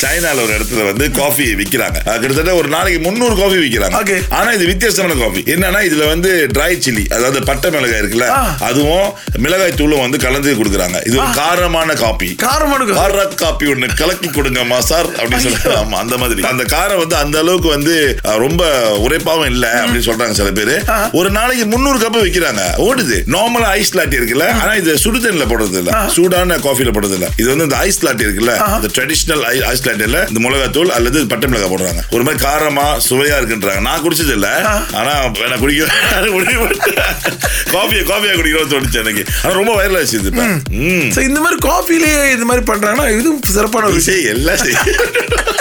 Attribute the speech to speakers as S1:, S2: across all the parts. S1: சைனால ஒரு இடத்துல வந்து காஃபி விக்கிறாங்க அஹ் கிட்டத்தட்ட ஒரு நாளைக்கு முந்நூறு காஃபி விக்கிறாங்க
S2: Okay.
S1: ஆனா இது வித்தியாசமான காஃபி என்னன்னா இதுல வந்து ட்ரை சில்லி அதாவது பட்டை மிளகாய் இருக்குல்ல
S2: ஆ.
S1: அதுவும் மிளகாய் தூளும் வந்து கலந்து கொடுக்குறாங்க இது ஒரு காரமான காபி
S2: காரம் எடுக்கும்
S1: கார காப்பி ஒண்ணு கலக்கி கொடுங்க மாசார் அப்படின்னு சொல்லிட்டு ஆமா அந்த மாதிரி அந்த காரம் வந்து அந்த அளவுக்கு வந்து அஹ், ரொம்ப உரைப்பாவும் இல்ல அப்படின்னு சொல்றாங்க சில பேரு
S2: ஆஹா.
S1: ஒரு நாளைக்கு முந்நூறு கப் விக்கிறாங்க ஓடுது நார்மலா ஐஸ் லாட்டி இருக்குல்ல ஆனா இது சுடு தண்ணில போடுறது இல்ல சூடான காஃபில போடுறது இல்ல இது வந்து இந்த ஐஸ் லாட்டி இருக்குல்ல இந்த ட்ரெடிஷனல் ஐஸ் லாட்டில இந்த மிளகாத்தூள் அல்லது பட்டை மிளகாய் போடுறாங்க ஒரு மாதிரி காரமா சுவையா இருக்குன்றாங்க நான் குடிச்சது இல்ல ஆனா வேணா குடிக்க முடியும் காஃபியை காஃபியா குடிக்கிறோம் தோணுச்சு எனக்கு ஆனா ரொம்ப வைரல் ஆச்சு இது இப்ப. ம்
S2: So, இந்த மாதிரி காஃபிலேயே இது மாதிரி பண்றாங்கன்னா இதுவும் சிறப்பான ஒரு விஷயம்
S1: விஜய் எல்லாம் செய்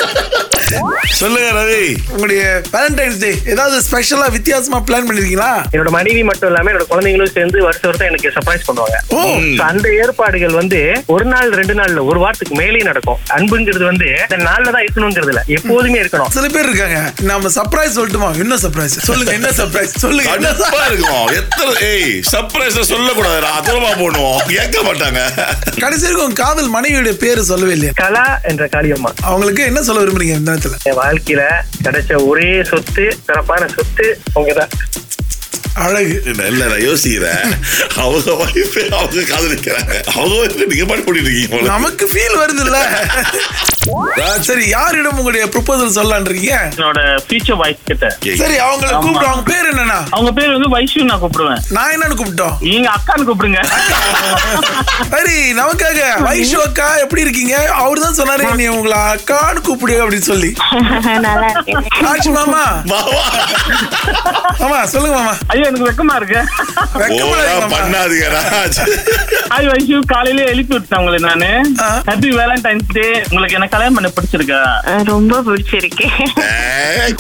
S1: சொல்லுங்க ரவி
S2: உங்களுடைய வேலண்டைன்ஸ் டே ஏதாவது ஸ்பெஷலா வித்தியாசமா பிளான் பண்ணிருக்கீங்களா
S3: என்னோட மனைவி மட்டும் இல்லாம என்னோட குழந்தைங்களும் சேர்ந்து வருஷம் வருஷம் எனக்கு சர்ப்ரைஸ் பண்ணுவாங்க
S2: ஓ
S1: ம்.
S3: So, அந்த ஏற்பாடுகள் வந்து ஒரு நாள் ரெண்டு நாள்ல ஒரு வாரத்துக்கு மேலேயே நடக்கும் அன்புங்கிறது வந்து இந்த நாள்ல தான் இருக்கணுங்கிறது இல்ல எப்போதுமே இருக்கணும்
S2: சில பேர் இருக்காங்க நாம சர்ப்ரைஸ் சொல்லட்டுமா என்ன சர்ப்ரைஸ் சொல்லுங்க என்ன சர்ப்ரைஸ் சொல்லுங்க என்ன
S1: அடுப்பா இருக்கும் எத்தனை ஏய் சர்ப்ரைஸ் சொல்லக்கூடாது அதுலமா போடுவோம் கேட்க மாட்டாங்க
S2: sur- கடைசி வரைக்கும் உங்க காதல் மனைவியுடைய பேரு சொல்லவே இல்லையா
S3: கலா என்ற காளியம்மா
S2: அவங்களுக்கு என்ன சொல்ல விரும்புறீங்க இந்த நேரத்துல
S3: என் வாழ்க்கையில கிடைச்ச ஒரே சொத்து சிறப்பான சொத்து உங்கதான்
S2: அழகு
S1: இல்ல, இல்ல நான் யோசிக்கிறேன் அவங்க wife, அவங்க காதலிக்கிறாங்க அவங்க wife, நீங்க பாட்டு பண்ணிட்டு இருக்கீங்க போல.
S2: நமக்கு ஃபீல் வருது இல்ல சரி யாரிடம் உங்களுடைய ப்ரொபோசல் சொல்லலாம்னு இருக்கீங்க
S4: என்னோட ஃபியூச்சர் வைஃப் கிட்ட
S1: ஏய்,
S2: சரி அவங்கள
S4: ஆமா.
S2: கூப்பிடும் அவங்க பேர் என்னன்னா
S4: அவங்க பேர் வந்து வைஷ்ணு நான் கூப்பிடுவேன்
S2: நான் என்னன்னு கூப்பிட்டோம்
S4: நீங்க அக்கான்னு கூப்பிடுங்க
S2: சரி நமக்காக வைஷு அக்கா எப்படி இருக்கீங்க அவரு தான் சொன்னாரு நீ உங்களை அக்கான்னு கூப்பிடு அப்படின்னு சொல்லி
S5: நல்லா இருக்கேன்
S2: ஆச்சு மாமா
S1: மாமா,
S2: மாமா சொல்லுங்க மாமா
S4: ஐயோ எனக்கு வெக்கமா இருக்கு
S1: ஓவரா
S2: வெக்கப்படாதீங்க மாமா.
S1: பண்ணாதீங்க ராஜ்.
S4: ஹாய் வைஷு காலையில எழுப்பி விட்டேன் உங்களை நானு
S2: ஆ.
S4: ஹாப்பி வேலண்டைன்ஸ் டே உங்களுக்கு என்ன கல்யாணம் பண்ண பிடிச்சிருக்கா
S5: அஹ் ரொம்ப பிடிச்சிருக்கு
S1: ஏய்,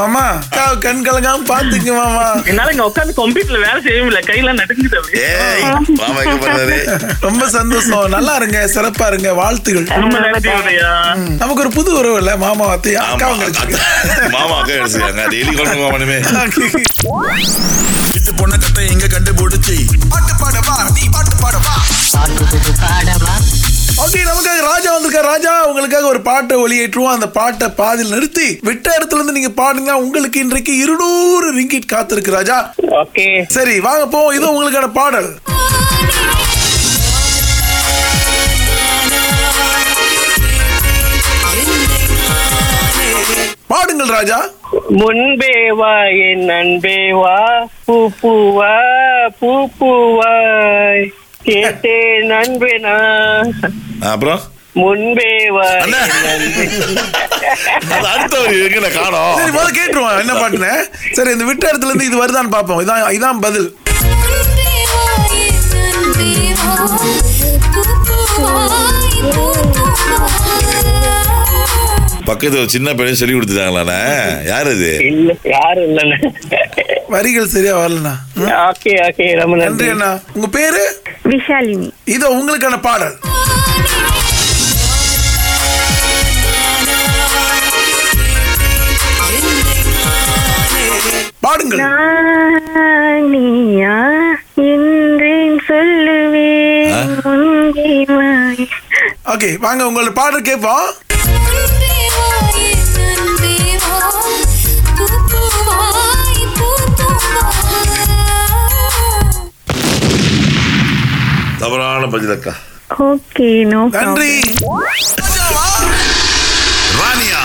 S2: மாமா அக்காவை கண் கலங்காம பாத்துங்க மாமா
S4: என்னால இங்க உட்காந்து கம்ப்யூட்டர்ல வேலை செய்யவே இல்லை கையெல்லாம் நடுங்குது அப்படியே.
S1: ஏய், மாமா இங்க பண்ணாரு.
S2: ரொம்ப சந்தோஷம் நல்லா இருங்க சிறப்பா இருங்க வாழ்த்துகள்
S4: ரொம்ப நன்றி உதயா
S2: நமக்கு ஒரு புது உறவு இல்ல மாமா அத்தை
S1: ஆமா,
S2: அக்காவும் கிடைச்சிருக்கு.
S1: மாமா அக்கா எடுத்துக்காங்க டெய்லி கொண்டு மாமனுமே
S6: இது பொண்ண கத்தை எங்க கண்டுபிடிச்சி பாட்டு பாடவா நீ பாட்டு பாடவா
S2: Okay, நமக்காக ராஜா வந்திருக்கார். ராஜா உங்களுக்காக ஒரு பாட்டை ஒளியேற்றுவோம் அந்த பாட்டை பாதியில் நிறுத்தி விட்ட இடத்துல இருந்து நீங்க பாடுங்க உங்களுக்கு இன்றைக்கு இருநூறு ரிங்கிட் காத்திருக்கு ராஜா
S3: ஓகே
S2: சரி வாங்க போவோம் இது உங்களுக்கான பாடல் பாடுங்கள் ராஜா
S3: முன்பே வா என் அன்பே வா பூ பூவா பூ பூவாய் கேட்டேன் அன்பே நான்
S1: அப்புறம்
S3: முன்பே வா
S1: அண்ணா.
S3: என் அன்பே
S1: அது அடுத்த ஒரு இருக்குல்ல
S2: சரி
S1: காணோம்
S2: முதல்ல கேட்டுருவோம் என்ன பாட்டுன்னு சரி இந்த விட்ட இடத்துல இருந்து இது வருதான்னு பார்ப்போம் இதான் இதான் பதில்
S1: பக்கத்துல ஒரு சின்ன பையன் சொல்லி கொடுத்துட்டாங்களாண்ணே யார் அது
S3: இல்ல யாரும் இல்லண்ணே
S2: வரிகள் சரியா வரலண்ணா
S3: ஓகே ஓகே ரொம்ப
S2: நன்றி
S3: நன்றி
S2: அண்ணா உங்க பேரு
S5: விஷாலினி
S2: இதோ உங்களுக்கான பாடல் பாடுங்கள்
S5: நானியா என்றேன் சொல்லுவேன் முன்பே வாய்
S2: ஓகே வாங்க உங்களோட பாடல் கேட்போம்
S1: தவறான பதில் அக்கா
S5: ஓகே நோ
S2: நன்றி
S6: ராணியா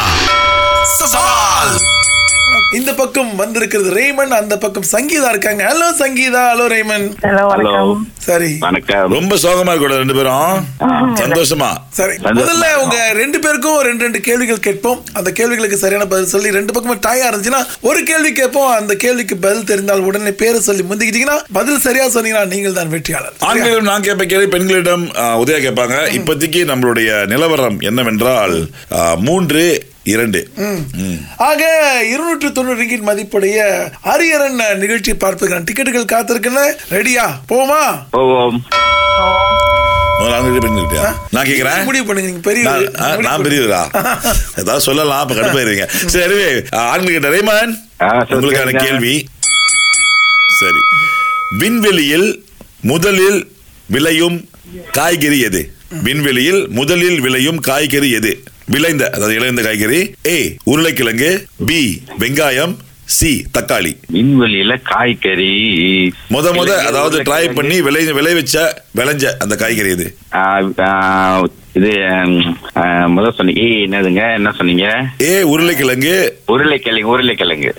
S2: இந்த பக்கம் வந்திருக்கிறது ரேமன் அந்த பக்கம் சங்கீதா இருக்காங்க ஹலோ சங்கீதா ஹலோ ரேமன்
S5: ஹலோ
S7: ஹலோ
S5: வணக்கம்
S2: சரி
S7: வணக்கம்
S1: ரொம்ப சோகமா இருக்கோட ரெண்டு பேரும் சந்தோஷமா
S2: சரி
S7: சந்தோஷம்.
S2: முதல்ல உங்க ரெண்டு பேருக்கும் ரெண்டு ரெண்டு கேள்விகள் கேட்போம் அந்த கேள்விகளுக்கு சரியான பதில் சொல்லி ரெண்டு பக்கமும் டயர் இருந்துச்சுன்னா ஒரு கேள்வி கேட்போம் அந்த கேள்விக்கு பதில் தெரிந்தால் உடனே பேரை சொல்லி முந்திக்கிட்டீங்கன்னா பதில் சரியா சொன்னீங்கன்னா நீங்கள் தான் வெற்றியாளர் சரியா?
S1: ஆண்களிடம் நான் கேட்ப கேள்வி பெண்களிடம் அஹ், உதயா கேட்பாங்க இப்போதைக்கு நம்மளுடைய நிலவரம் என்னவென்றால் அஹ், மூன்று இரண்டு ம்.
S2: ஆக இருநூற்று தொண்ணூறு ரிங்கிட் மதிப்புடைய அரியரன் நிகழ்ச்சி பார்ப்பதுக்கான டிக்கெட்டுகள் காத்திருக்குன்னு ரெடியா போமா
S7: போவோம்
S1: முதல்ல ஆண்கள்கிட்ட பெண்கள்கிட்டயா நான் கேட்கிறேன்
S2: முடிவு பண்ணுங்க நீங்க பெரிய
S1: நான், அஹ்,
S2: முடிவு
S1: நான் பெரியவரா ஏதாவது சொல்லலாம் அப்ப கடுப்பாயிருங்க சரி அஹ், ஆண்கள்கிட்ட ரேமன்
S7: ஆ, சரி,
S1: உங்களுக்கான
S7: சரிங்க.
S1: கேள்வி சரி விண்வெளியில் முதலில் விளையும் காய்கறி எது விண்வெளியில் முதலில் விளையும் காய்கறி எது விளைந்த அதாவது இளைந்த காய்கறி ஏ உருளைக்கிழங்கு பி வெங்காயம் சி தக்காளி
S7: விண்வெளியில காய்கறி
S1: முத முத அதாவது ட்ரை பண்ணி விளை விளைவிச்ச விளைஞ்ச அந்த காய்கறி இது
S7: ஆ, ஆ, இது ம், ஆ, முத சொன்னீங்க ஏய், என்னதுங்க என்ன சொன்னீங்க
S1: ஏ உருளைக்கிழங்கு
S7: உருளைக்கிழங்கு உருளைக்கிழங்கு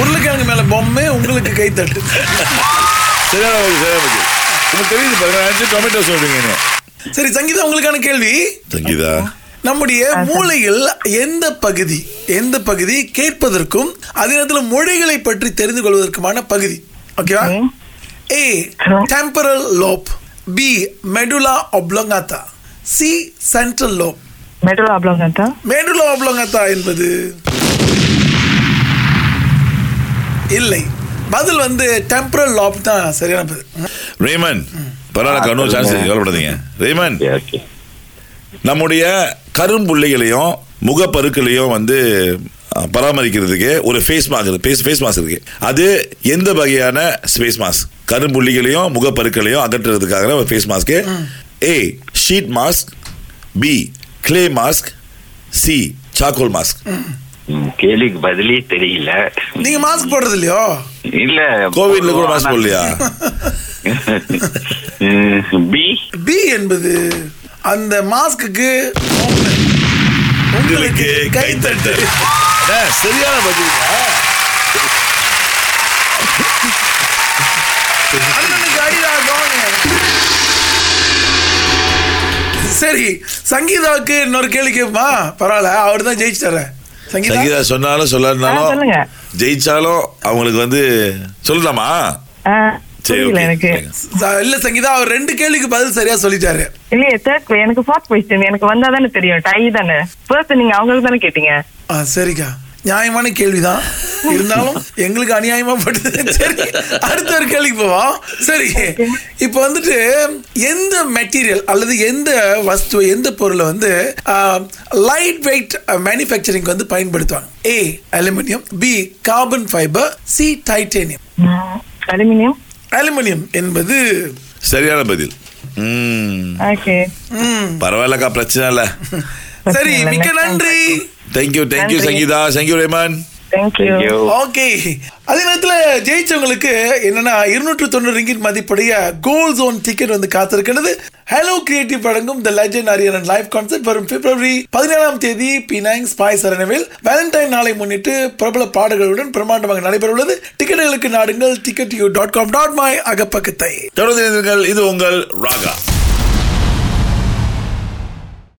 S2: உருளைக்கிழங்கு மேல பொம்மை உங்களுக்கு கைத்தட்டு
S1: சரியான பதில், சரியான பதில். உங்களுக்கு தெரியுது பாருங்க நான் நினைச்சேன் டொமேட்டோ சொல்றீங்க
S2: சரி சங்கீதா உங்களுக்கான கேள்வி
S1: சங்கீதா
S2: நம்முடைய மூளையில் எந்த பகுதி எந்த பகுதி கேட்பதற்கும் அதே நேரத்தில் மொழிகளை பற்றி தெரிந்து கொள்வதற்குமான பகுதி ஓகேவா A temporal lobe B medulla oblongata C central lobe
S8: medulla oblongata
S2: medulla oblongata என்பது இல்லை பதில் வந்து டெம்பரல் லாப் தான் சரியான பதில்
S1: ரேமன் பரவாயில்ல கண்ணு சான்ஸ் இருக்கு கவலைப்படாதீங்க ரேமன்
S7: ஓகே
S1: நம்முடைய கரும்புள்ளிகளையும் முகப்பருக்களையும் வந்து அஹ், பராமரிக்கிறதுக்கு ஒரு face mask face face mask இருக்கு அது எந்த வகையான ஃபேஸ் மாஸ்க் கரும்புள்ளிகளையும் முகப்பருக்களையும் அகற்றுறதுக்காக ஒரு ஃபேஸ் மாஸ்க்கு A sheet mask B clay mask C charcoal mask
S7: ம், கேள்விக்கு பதிலே தெரியல
S2: நீங்க மாஸ்க் போடுறது இல்லையோ
S7: இல்ல
S1: கோவிட்ல கூட மாஸ்க் போடலையா
S7: ம், பி
S2: பி என்பது அந்த மாஸ்க்குக்கு உங்களுக்கு கைத்தட்டு
S1: அஹ், சரியான பதில்
S2: அண்ணனுக்கு அடிதாகும் சரி சங்கீதாவுக்கு இன்னொரு கேள்வி கேட்பா பரவாயில்ல அவர் தான் ஜெயிச்சிட்டாரு சங்கீதா
S1: சங்கீதா சொன்னாலும்
S8: ஆ,
S1: சொல்லாருனாலும்
S8: சொல்லுங்க.
S1: ஜெயிச்சாலும் அவங்களுக்கு வந்து சொல்லலாமா
S8: ஆ,
S1: சரி,
S8: புரியல
S1: okay.
S8: எனக்கு
S2: ச- இல்ல சங்கீதா அவர் ரெண்டு கேள்விக்கு பதில் சரியா சொல்லிட்டாரு
S8: இல்லையே தேர்ட் எனக்கு ஃபோர்த் கொஸ்டின் எனக்கு வந்தா தானே தெரியும் டை தானே ஃபர்ஸ்ட் நீங்க அவங்களுக்கு தானே கேட்டீங்க
S2: ஆ, சரிக்கா நியாயமான கேள்விதான் இருந்தாலும் எங்களுக்கு அநியாயமா பட்டது சரி அடுத்த ஒரு கேள்விக்கு போவோம் சரி இப்போ வந்துட்டு எந்த மெட்டீரியல் அல்லது எந்த வஸ்து எந்த பொருளை வந்து லைட் வெயிட் மேனுஃபேக்சரிங் வந்து பயன்படுத்துவாங்க A aluminium B carbon fibre C titanium
S8: aluminium
S2: aluminium என்பது
S1: சரியான பதில் ம்
S8: ஓகே
S2: ம்,
S1: பரவாயில்லக்கா பிரச்சனை இல்ல
S2: சரி மிக்க நன்றி
S1: தேங்க்யூ தேங்க்யூ
S8: நன்றி.
S1: சங்கீதா தேங்க்யூ ரேமான்
S8: தேங்க்யூ
S7: ஐயோ
S2: ஓகே அதே நேரத்துல ஜெயிச்சவங்களுக்கு என்னன்னா இருநூற்று தொண்ணூறு ரிங்கிட் மதிப்புடைய கோல் ஜோன் டிக்கெட் வந்து காத்திருக்கிறது ஹலோ கிரியேட்டிவ் வழங்கும் the legend Hariharan live concert வரும் பிப்ரவரி பதினேழாம் தேதி பினாங் ஸ்பாய் சரணவில் வேலண்டைன் நாளை முன்னிட்டு பிரபல பாடல்களுடன் பிரம்மாண்டமாக நடைபெற உள்ளது டிக்கெட்டுகளுக்கு நாடுங்கள் ticket U dot com dot my அகப்பக்கத்தை
S1: தொடர்ந்து இணைந்திருங்கள். இது உங்கள் ராகா